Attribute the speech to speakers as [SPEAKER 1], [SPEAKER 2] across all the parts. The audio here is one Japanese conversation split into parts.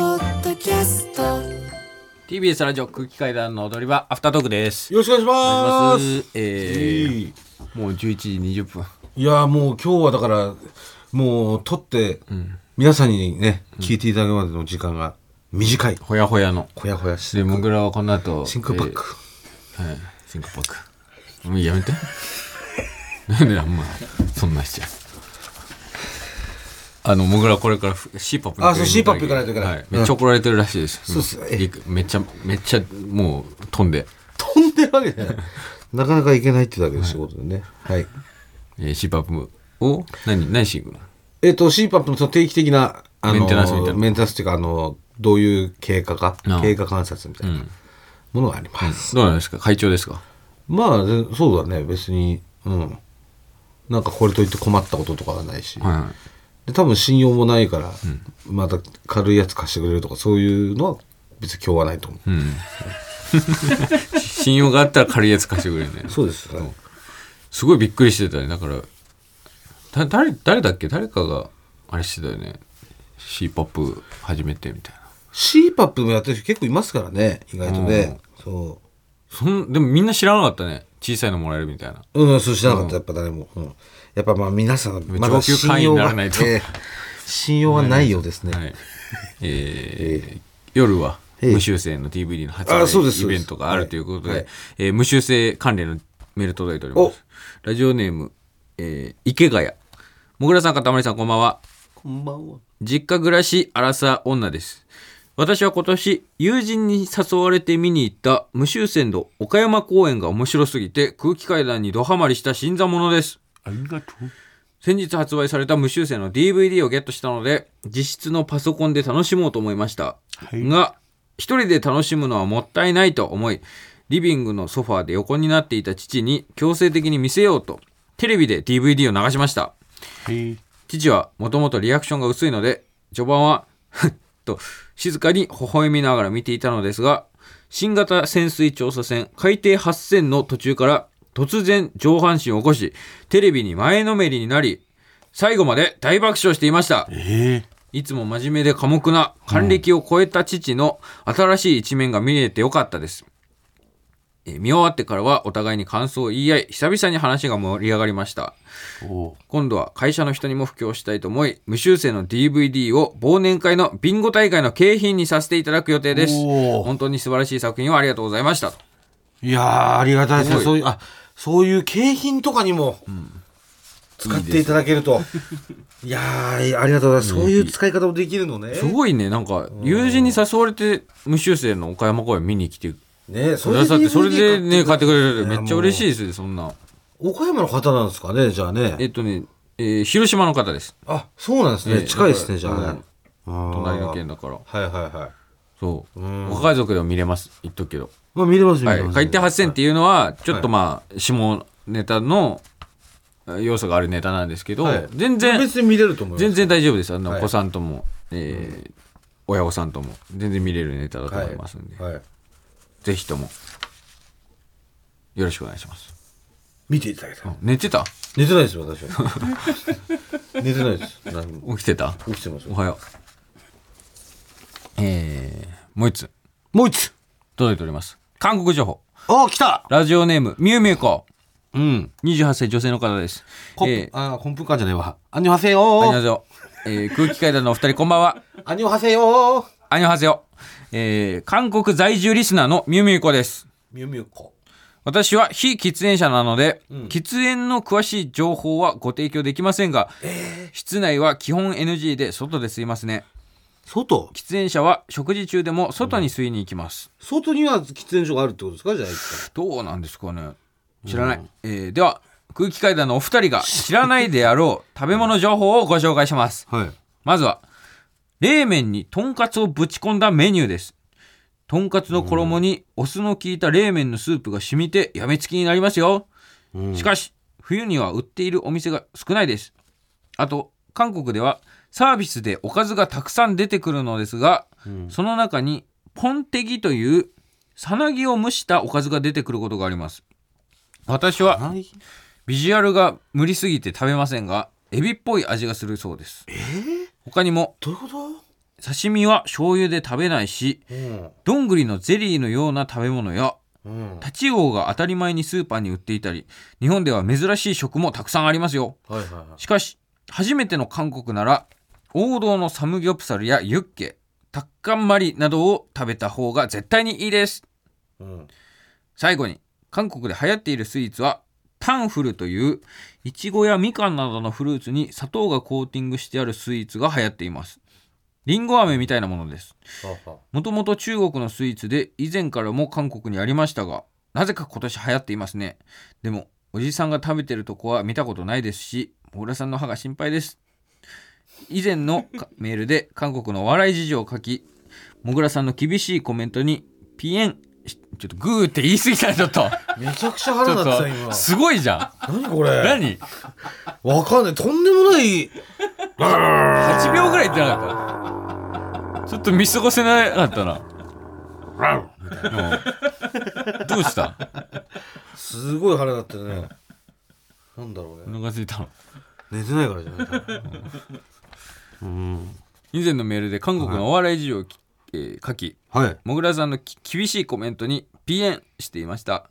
[SPEAKER 1] キャスト
[SPEAKER 2] TBS ラジオ空気階段の踊り場アフタートークです。
[SPEAKER 3] よろしくお願いし
[SPEAKER 2] お願
[SPEAKER 3] ま
[SPEAKER 2] いしますすえー、もう11時20分。
[SPEAKER 3] いやーもう今日はだからもう撮って皆さんにね聞いていただくまでの時間が短い
[SPEAKER 2] ほやほやの。
[SPEAKER 3] ほやほやし
[SPEAKER 2] で、
[SPEAKER 3] て
[SPEAKER 2] モグラはこの後。
[SPEAKER 3] シンクパック
[SPEAKER 2] えー。はい。シンクパック。もうやめて。なんであんま、そんなしちゃう。あの、モグラこれからふ CPAP に
[SPEAKER 3] あそう CPAP 行かないといけない
[SPEAKER 2] はめっちゃ怒られてるらしいです。
[SPEAKER 3] そうっすね
[SPEAKER 2] りくめっちゃ、めっちゃ、もう飛んで。
[SPEAKER 3] 飛んでるわけじ ゃないなかなかいけないってだけの仕事でねはい
[SPEAKER 2] えー、CPAP を、何、何しに行くの
[SPEAKER 3] えっと CPAP のその定期的なあの
[SPEAKER 2] メンテナンスみたいな
[SPEAKER 3] メンテナンスっていうかあのどういう経過か
[SPEAKER 2] ああ
[SPEAKER 3] 経過観察みたいなものがあります
[SPEAKER 2] どうなんですか会長ですか
[SPEAKER 3] まあでそうだね別にうんなんかこれといって困ったこととかはないし、
[SPEAKER 2] はいはい。
[SPEAKER 3] で多分信用もないから、また軽いやつ貸してくれるとかそういうのは別に今日はないと思う、
[SPEAKER 2] 信用があったら軽いやつ貸してくれるね。
[SPEAKER 3] そうです、ね、
[SPEAKER 2] すごいびっくりしてたね。だから、だ誰、誰だっけ誰かが、あれしてたよね。C-POP 始めてみたいな。
[SPEAKER 3] CPAP もやってる人結構いますからね意外とね、そ
[SPEAKER 2] そん、でもみんな知らなかったね。小さいのもらえるみたいな。
[SPEAKER 3] ううんそうしなかった、やっぱ誰も、うん、やっぱまあ皆さんま
[SPEAKER 2] 上
[SPEAKER 3] だ
[SPEAKER 2] 級会員にならないと
[SPEAKER 3] 信用がええ信用はないようですね、
[SPEAKER 2] はい。えー夜は、
[SPEAKER 3] ええ
[SPEAKER 2] 無修正の DVD の発
[SPEAKER 3] あそうで
[SPEAKER 2] 売イ
[SPEAKER 3] すそうで
[SPEAKER 2] ベ
[SPEAKER 3] す
[SPEAKER 2] ントがあるということで、
[SPEAKER 3] はいはい
[SPEAKER 2] えー無修正関連のメール届いております。ラジオネーム、えー池谷。もぐらさん、かたまりさん、こんばんは。
[SPEAKER 3] こんばんは
[SPEAKER 2] 実家暮らしアラサー女です。私は今年、友人に誘われて見に行った無修正の岡山公演が面白すぎて空気階段にドハマりした新座ものです。
[SPEAKER 3] ありがとう
[SPEAKER 2] 先日発売された無修正の DVD をゲットしたので、実質のパソコンで楽しもうと思いました。が、一人で楽しむのはもったいないと思い、リビングのソファーで横になっていた父に強制的に見せようと、テレビで DVD を流しました。父はもともとリアクションが薄いので、序盤は、ふっと静かに微笑みながら見ていたのですが、新型潜水調査船海底8000の途中から突然上半身を起こし、テレビに前のめりになり、最後まで大爆笑していました。いつも真面目で寡黙な還暦を超えた父の新しい一面が見れてよかったです。えー見終わってからはお互いに感想を言い合い、久々に話が盛り上がりました。今度は会社の人にも布教したいと思い、無修正の DVD を忘年会のビンゴ大会の景品にさせていただく予定です。
[SPEAKER 3] おー
[SPEAKER 2] 本当に素晴らしい作品をありがとうございました。と
[SPEAKER 3] いやーありがたいですね
[SPEAKER 2] すご
[SPEAKER 3] そういうあそういう景品とかにも使っていただけると、いやーありがとうございます、そういう使い方もできるのね
[SPEAKER 2] すごいね、なんか、友人に誘われて、無修正の岡山公演見に来て
[SPEAKER 3] ねそ
[SPEAKER 2] くださって、
[SPEAKER 3] DVD
[SPEAKER 2] それでね、買ってくれる
[SPEAKER 3] い
[SPEAKER 2] め
[SPEAKER 3] や
[SPEAKER 2] っちゃ嬉しいです
[SPEAKER 3] も
[SPEAKER 2] ね、そんな。
[SPEAKER 3] う岡山の方なんですかねじゃあ
[SPEAKER 2] え
[SPEAKER 3] ね
[SPEAKER 2] っとね、えー広島の方です。
[SPEAKER 3] あそうなんですね、
[SPEAKER 2] え
[SPEAKER 3] 近いですねじゃ
[SPEAKER 2] う
[SPEAKER 3] あね
[SPEAKER 2] ん、
[SPEAKER 3] あー
[SPEAKER 2] 隣の県だから。
[SPEAKER 3] はいはいはい
[SPEAKER 2] そう。
[SPEAKER 3] ん
[SPEAKER 2] ご家族でも見れます。言っとくけど。
[SPEAKER 3] まあ見れます見
[SPEAKER 2] は
[SPEAKER 3] れ
[SPEAKER 2] い。
[SPEAKER 3] ます、
[SPEAKER 2] 海底8000っていうのは、ちょっと
[SPEAKER 3] はい
[SPEAKER 2] まあ、下ネタのえー要素があるネタなんですけど
[SPEAKER 3] はい、
[SPEAKER 2] 全然、
[SPEAKER 3] 別に見れると思います
[SPEAKER 2] 全然大丈夫です。あの、
[SPEAKER 3] はい
[SPEAKER 2] お子さんとも、えー親御さんとも、全然見れるネタだと思いますんで、
[SPEAKER 3] はいはい、
[SPEAKER 2] ぜひとも、よろしくお願いします。
[SPEAKER 3] 見ていただけたら、
[SPEAKER 2] 寝てた
[SPEAKER 3] 寝てないですよ私は 寝てないです何も
[SPEAKER 2] 起きてた
[SPEAKER 3] 起きてます
[SPEAKER 2] おはよう。えー、もう一つ、
[SPEAKER 3] もう一つ
[SPEAKER 2] 届いております。韓国情報。
[SPEAKER 3] あ来た
[SPEAKER 2] ラジオネーム、みゆみゆこ。
[SPEAKER 3] うん
[SPEAKER 2] 28歳女性の方です。
[SPEAKER 3] コンプ、
[SPEAKER 2] えー、
[SPEAKER 3] あーコンプカーじゃないわ。アンニョハセ
[SPEAKER 2] あにょは
[SPEAKER 3] ヨ
[SPEAKER 2] せよ。えー、空気階段のお二人、こんばんは。
[SPEAKER 3] アンニョハセヨ
[SPEAKER 2] あにょはせよ。えー、韓国在住リスナーのみゆみゆこです。
[SPEAKER 3] ミュミュコ。
[SPEAKER 2] 私は非喫煙者なので、喫煙の詳しい情報はご提供できませんが、室内は基本 NG で外で吸いますね。
[SPEAKER 3] 外
[SPEAKER 2] 喫煙者は食事中でも外に吸いに行きます。
[SPEAKER 3] 外には喫煙所があるってことですかじゃあ一
[SPEAKER 2] どうなんですかね知らない。えー、では、空気階段のお二人が知らないであろう食べ物情報をご紹介します。
[SPEAKER 3] 回。はい。
[SPEAKER 2] まずは、冷麺にとんかつをぶち込んだメニューです。とんかつの衣にお酢の効いた冷麺のスープが染みてやみつきになりますよ。しかし、冬には売っているお店が少ないです。あと、韓国ではサービスでおかずがたくさん出てくるのですが、その中にポンテギというさなぎを蒸したおかずが出てくることがあります。私は
[SPEAKER 3] 何
[SPEAKER 2] ビジュアルが無理すぎて食べませんが、エビっぽい味がするそうです。他にも
[SPEAKER 3] どういうこと
[SPEAKER 2] 刺身は醤油で食べないし
[SPEAKER 3] うん
[SPEAKER 2] どんぐりのゼリーのような食べ物や
[SPEAKER 3] うん
[SPEAKER 2] タチウオが当たり前にスーパーに売っていたり日本では珍しい食もたくさんありますよ
[SPEAKER 3] はいはいは
[SPEAKER 2] しかし初めての韓国なら王道のサムギョプサルやユッケタッカンマリなどを食べた方が絶対にいいです
[SPEAKER 3] いうん
[SPEAKER 2] 最後に韓国で流行っているスイーツはタンフルといういちごやみかんなどのフルーツに砂糖がコーティングしてあるスイーツが流行っていますりんご飴みたいなものです
[SPEAKER 3] はあはあ
[SPEAKER 2] もともと中国のスイーツで以前からも韓国にありましたがなぜか今年流行っていますねでもおじさんが食べてるとこは見たことないですし小倉さんの歯が心配です以前のかメールで韓国のお笑い事情を書きもぐらさんの厳しいコメントにピエンしちょっとグーって言い過ぎたよちょっと
[SPEAKER 3] めちゃくちゃ
[SPEAKER 2] ち
[SPEAKER 3] 腹
[SPEAKER 2] ょ
[SPEAKER 3] 立
[SPEAKER 2] っ
[SPEAKER 3] ってた今
[SPEAKER 2] とすごいじゃ
[SPEAKER 3] 何こ
[SPEAKER 2] ん
[SPEAKER 3] れ
[SPEAKER 2] 何
[SPEAKER 3] わかんないとんでもない
[SPEAKER 2] 8秒ぐらい言ってなかったちょっと見過ごせなかったなうんどうした
[SPEAKER 3] すごい腹立ってるねなんだろ
[SPEAKER 2] お
[SPEAKER 3] うね
[SPEAKER 2] 腹すいたの
[SPEAKER 3] 寝てないからじゃない多分うん
[SPEAKER 2] 以前のメールで韓国のお笑い事情をき、えー書き
[SPEAKER 3] はい
[SPEAKER 2] もぐらさんのき厳しいコメントにピエンしていました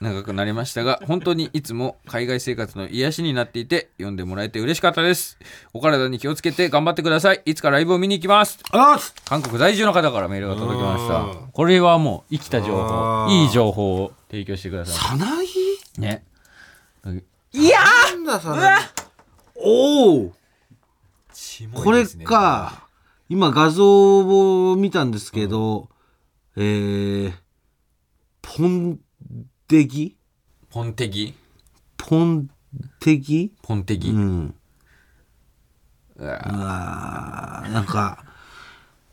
[SPEAKER 2] 長くなりましたが本当にいつも海外生活の癒しになっていて読んでもらえて嬉しかったですお体に気をつけて頑張ってくださいいつかライブを見に行きます
[SPEAKER 3] あっ
[SPEAKER 2] 韓国在住の方からメールが届きまし
[SPEAKER 3] う
[SPEAKER 2] たこれはもう生きた情報
[SPEAKER 3] あー
[SPEAKER 2] いい情報を提供してくださ
[SPEAKER 3] さない
[SPEAKER 2] いね
[SPEAKER 3] いやなんださなぎおおこれか今画像を見たんですけど、えー、ポンデギ
[SPEAKER 2] ポンテギ
[SPEAKER 3] ポンデギ
[SPEAKER 2] ポンテギ、
[SPEAKER 3] うん
[SPEAKER 2] うわ
[SPEAKER 3] あーなんか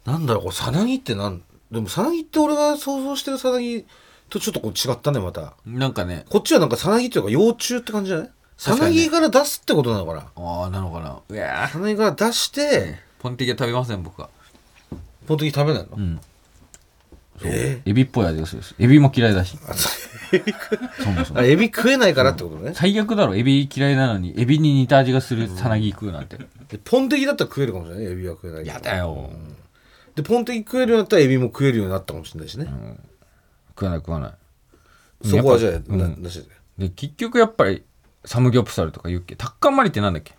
[SPEAKER 3] なんだろうこれさなぎってなんでもさなぎって俺が想像してるさなぎとちょっとこう違ったねまた
[SPEAKER 2] なんかね
[SPEAKER 3] こっちはなんかさなぎっていうか幼虫って感じじゃないさ
[SPEAKER 2] 確か
[SPEAKER 3] な
[SPEAKER 2] にね
[SPEAKER 3] ぎから出すってことなのかな
[SPEAKER 2] ああなのかなうわー
[SPEAKER 3] さなぎから出して
[SPEAKER 2] ポンテギは食べません僕は
[SPEAKER 3] ポンデギ食べないの、
[SPEAKER 2] ん
[SPEAKER 3] え
[SPEAKER 2] エビっぽい味がするですエビも嫌いだし
[SPEAKER 3] ーあそう
[SPEAKER 2] そもそ
[SPEAKER 3] あ
[SPEAKER 2] も
[SPEAKER 3] エビ食えないからってことね、
[SPEAKER 2] 最悪だろエビ嫌いなのにエビに似た味がするさなぎ食うなんて
[SPEAKER 3] でポンテキだったら食えるかもしれないエビは食えないけど
[SPEAKER 2] やだよ
[SPEAKER 3] でポンテキ食えるようになったらエビも食えるようになったかもしれないしね、
[SPEAKER 2] 食わない食わない
[SPEAKER 3] そこはじゃあ、
[SPEAKER 2] やっぱ
[SPEAKER 3] な
[SPEAKER 2] うん
[SPEAKER 3] なしで
[SPEAKER 2] で結局やっぱりサムギョプサルとかユッケタッカンマリってなんだっけ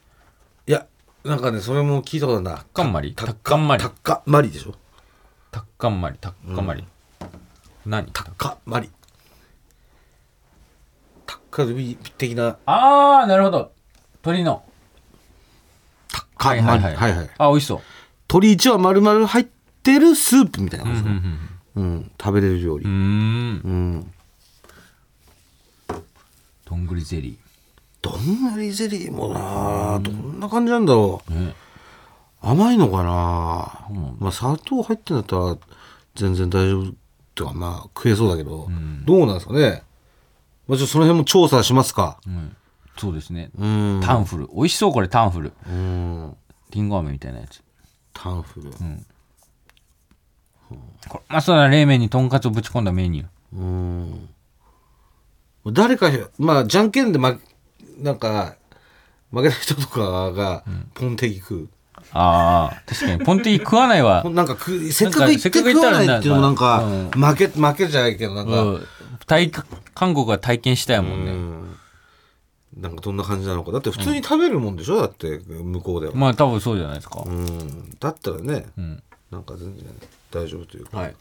[SPEAKER 3] いやなんかねそれも聞いたことあるな
[SPEAKER 2] タッカンマリ
[SPEAKER 3] タ
[SPEAKER 2] タッカンマリ
[SPEAKER 3] タッカマリでしょ
[SPEAKER 2] タッカンマリタッカンマリ何
[SPEAKER 3] タッカマリタッカルビ的な
[SPEAKER 2] ああなるほど鳥の
[SPEAKER 3] タッカマリはいはい、
[SPEAKER 2] あ美味しそう
[SPEAKER 3] 鶏一羽丸々入ってるスープみたいな感じ
[SPEAKER 2] う
[SPEAKER 3] ですね
[SPEAKER 2] ん
[SPEAKER 3] うん、食べれる料理
[SPEAKER 2] う
[SPEAKER 3] うん
[SPEAKER 2] ん
[SPEAKER 3] うん
[SPEAKER 2] どんぐりゼリ
[SPEAKER 3] どんなりゼリーもなどんな感じなんだろう
[SPEAKER 2] ーね
[SPEAKER 3] 甘いのかな、
[SPEAKER 2] うん
[SPEAKER 3] まあ砂糖入ってんだったら全然大丈夫ってかまあ食えそうだけど、
[SPEAKER 2] ん
[SPEAKER 3] どうなんですかねまあちょっとその辺も調査しますか
[SPEAKER 2] うんそうですね
[SPEAKER 3] うん
[SPEAKER 2] タンフル美味しそうこれタンフル
[SPEAKER 3] うん
[SPEAKER 2] リンゴ飴みたいなやつ
[SPEAKER 3] タンフル
[SPEAKER 2] これまあそうだ冷麺にとんかつをぶち込んだメニュー
[SPEAKER 3] うん誰かまあじゃんけんで負なんか負けた人とかがポンテキ食う、
[SPEAKER 2] ああ確かにポンテキ食わないは、
[SPEAKER 3] なんか食うせっかく行って食わないっていうのもなんか負け負けじゃないけどなん
[SPEAKER 2] う
[SPEAKER 3] か、
[SPEAKER 2] ん、体韓国は体験したいもんね、
[SPEAKER 3] なんかどんな感じなのかだって普通に食べるもんでしょ、だって向こうでは、
[SPEAKER 2] まあ多分そうじゃないですか、
[SPEAKER 3] うんだったらね、
[SPEAKER 2] ん
[SPEAKER 3] なんか全然大丈夫というか
[SPEAKER 2] はい、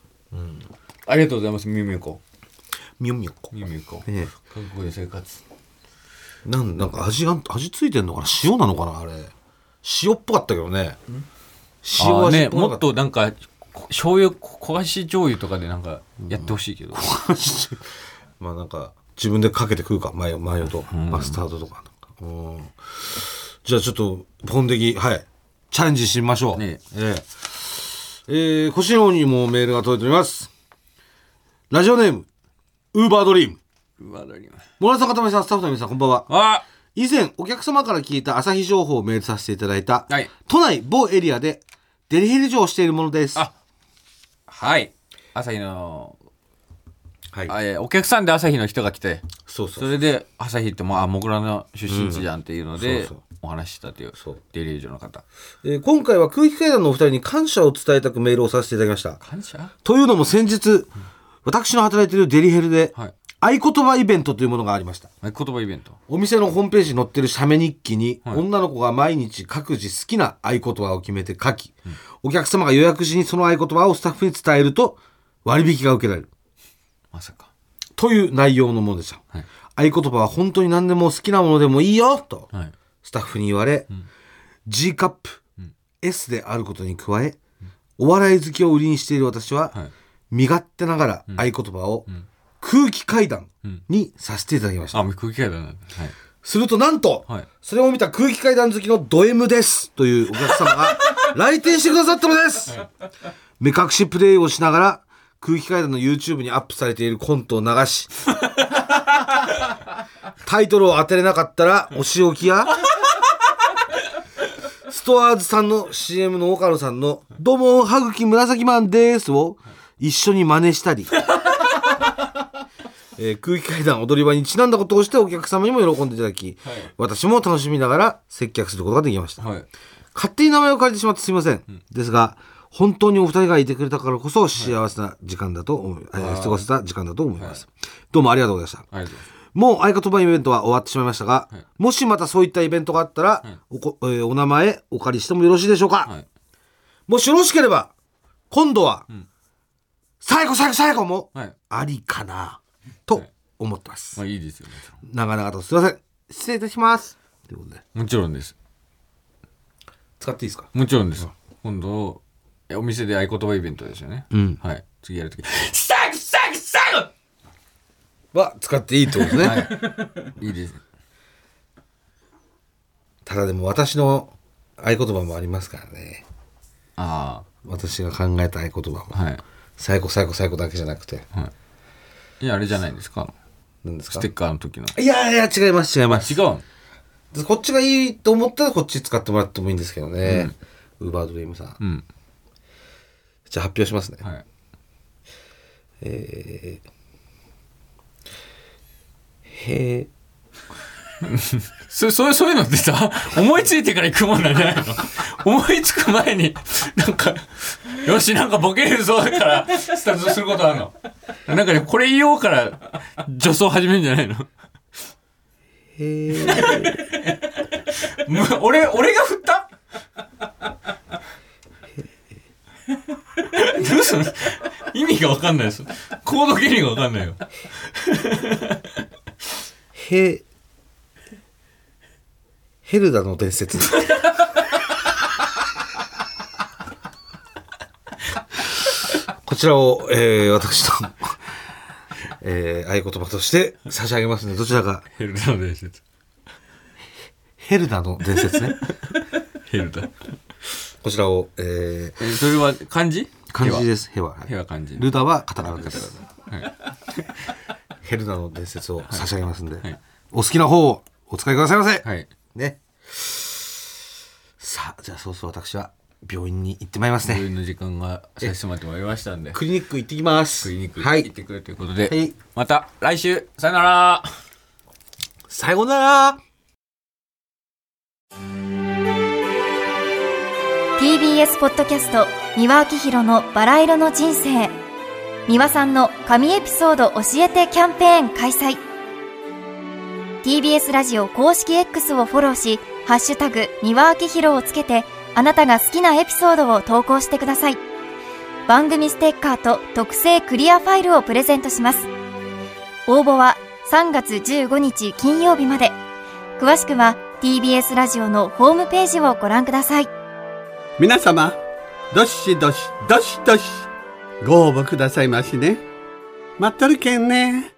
[SPEAKER 2] ありがとうございますみゆみゆこ
[SPEAKER 3] みょみょこ
[SPEAKER 2] みゆみゆこ
[SPEAKER 3] え
[SPEAKER 2] 韓国で生活
[SPEAKER 3] えなんなんか味が味ついてんのかな塩なのかなあれ塩っぽかったけどね塩
[SPEAKER 2] ああ
[SPEAKER 3] は
[SPEAKER 2] ね
[SPEAKER 3] っぽ
[SPEAKER 2] も
[SPEAKER 3] か
[SPEAKER 2] っとなんかこ醤油こ焦がし醤油とかでなんかやってほしいけど、
[SPEAKER 3] まあなんか自分でかけて食うかマヨマヨとマスタードとかなんかうんじゃあちょっとポンデキはいチャレンジしましょう
[SPEAKER 2] ね
[SPEAKER 3] えええー、星野にもメールが届いておりますラジオネームウーバードリーム
[SPEAKER 2] うわだります
[SPEAKER 3] 村坂めさんスタッフの皆さんこんばんは
[SPEAKER 2] あ
[SPEAKER 3] 以前お客様から聞いた朝日情報をメールさせていただいた、
[SPEAKER 2] はい
[SPEAKER 3] 都内某エリアでデリヘル嬢をしているものです
[SPEAKER 2] あはい朝日の
[SPEAKER 3] はい
[SPEAKER 2] あいやお客さんで朝日の人が来て
[SPEAKER 3] そうそう
[SPEAKER 2] それで朝日ってもうあもぐらの出身地じゃんっていうので、
[SPEAKER 3] そう
[SPEAKER 2] お話ししたという
[SPEAKER 3] そう
[SPEAKER 2] デリージョの方
[SPEAKER 3] えー今回は空気階段のお二人に感謝を伝えたくメールをさせていただきました。
[SPEAKER 2] 感謝
[SPEAKER 3] というのも先日、私の働いているデリヘルで、
[SPEAKER 2] はい
[SPEAKER 3] 合言葉イベントというものがありました。
[SPEAKER 2] 合言葉イベント
[SPEAKER 3] お店のホームページに載ってる写メ日記に、
[SPEAKER 2] はい
[SPEAKER 3] 女の子が毎日各自好きな合言葉を決めて書き、お客様が予約時にその合言葉をスタッフに伝えると割引が受けられる。
[SPEAKER 2] まさか
[SPEAKER 3] という内容のものでした。
[SPEAKER 2] はい
[SPEAKER 3] 合言葉は本当に何でも好きなものでもいいよと、
[SPEAKER 2] はい
[SPEAKER 3] スタッフに言われ、G カップ、S であることに加え、お笑い好きを売りにしている私は、
[SPEAKER 2] はい
[SPEAKER 3] 身勝手ながら合言葉を空気階段にさせていただきました。
[SPEAKER 2] あもう空気階段なんだはい
[SPEAKER 3] するとなんと、
[SPEAKER 2] はい
[SPEAKER 3] それを見た空気階段好きのド M ですというお客 様が来店してくださったのです、目隠しプレイをしながら空気階段の YouTube にアップされているコントを流 しタイトルを当てれなかったらお仕置きやストアーズさんの CM の岡野さんの「どうも歯茎紫マンです」を一緒に真似した り、えー空気階段踊り場にちなんだことをしてお客様にも喜んでいただき、私も楽しみながら接客することができました
[SPEAKER 2] はい
[SPEAKER 3] 勝手に名前を借りてしまってすいません、ですが本当にお二人がいてくれたからこそ幸せな時間だと思い、えー過ごせた時間だと思います、どうもありがとうございました
[SPEAKER 2] ありがとうございます
[SPEAKER 3] もう合言葉イベントは終わってしまいましたが、もしまたそういったイベントがあったら、おこえーお名前お借りしてもよろしいでしょうか、
[SPEAKER 2] はい
[SPEAKER 3] もしよろしければ今度は、最後最後最後も
[SPEAKER 2] はい
[SPEAKER 3] ありかなと思ってます、
[SPEAKER 2] まあいいですよもち
[SPEAKER 3] 長々とすいません失礼いたしますということで
[SPEAKER 2] ろんもちろんです
[SPEAKER 3] 使っていいですか
[SPEAKER 2] もちろんです。今度、えお店で合言葉イベントですよね。
[SPEAKER 3] ん
[SPEAKER 2] はい。次やるとき。最後最後最後
[SPEAKER 3] は使っていいってことですね、
[SPEAKER 2] いいです。
[SPEAKER 3] ただでも私の合言葉もありますからね
[SPEAKER 2] あ
[SPEAKER 3] 私が考えた合言葉も
[SPEAKER 2] あ、はい。
[SPEAKER 3] 最後最後最後だけじゃなくて
[SPEAKER 2] いや、あれじゃないですか。
[SPEAKER 3] 何です
[SPEAKER 2] ス
[SPEAKER 3] か
[SPEAKER 2] テッカーの時の。
[SPEAKER 3] いやいや違います違います
[SPEAKER 2] 違うの
[SPEAKER 3] こっちがいいと思ったらこっち使ってもらってもいいんですけどね、ウーバードリームさん、
[SPEAKER 2] うん。
[SPEAKER 3] じゃあ発表しますね、
[SPEAKER 2] はい。
[SPEAKER 3] えー、へー
[SPEAKER 2] そ そうそういうのってさ、思いついてから行くもんなんじゃないの 思いつく前に、なんか、よし、なんかボケるぞだから、スタートすることあるの。なんかね、これ言おうから、女装始めるんじゃないの
[SPEAKER 3] へー
[SPEAKER 2] む 俺、俺が振ったどうする意味がわかんないです。コード原理がわかんないよ。
[SPEAKER 3] へーヘルダの 伝説こちらを、えー、私の、えー、合言葉として差し上げますのでどちらか
[SPEAKER 2] ヘルダの伝説。
[SPEAKER 3] ヘルダの伝説ね
[SPEAKER 2] ヘルダ。
[SPEAKER 3] こちらを、え
[SPEAKER 2] えそれは漢字
[SPEAKER 3] ー、漢字ですヘは
[SPEAKER 2] ヘは漢字。
[SPEAKER 3] ルダはカタカナです。 ヘルダの伝説を差し上げますんで、
[SPEAKER 2] い
[SPEAKER 3] お好きな方をお使いくださいませ。
[SPEAKER 2] はい。
[SPEAKER 3] ね。さあ、じゃあそうそう私は病院に行ってまいります
[SPEAKER 2] 病
[SPEAKER 3] ね。
[SPEAKER 2] 院の時間が差し迫ってまいりましたんで、ク
[SPEAKER 3] クリニック行ってきます。
[SPEAKER 2] リニック
[SPEAKER 3] は
[SPEAKER 2] 行っ
[SPEAKER 3] い。
[SPEAKER 2] てくるということで、
[SPEAKER 3] はい
[SPEAKER 2] また来週、さよなら
[SPEAKER 3] さようなら。
[SPEAKER 1] TBS ポッドキャスト三輪明宏のバラ色の人生三輪さんの神エピソード教えてキャンペーン開催 TBS ラジオ公式 X をフォローし「ハッシュタグ三輪明宏」をつけてあなたが好きなエピソードを投稿してください番組ステッカーと特製クリアファイルをプレゼントします応募は3月15日金曜日まで詳しくは TBS ラジオのホームページをご覧ください
[SPEAKER 4] 皆様、どしどし、どしどし、ご応募くださいましね。待っとるけんね。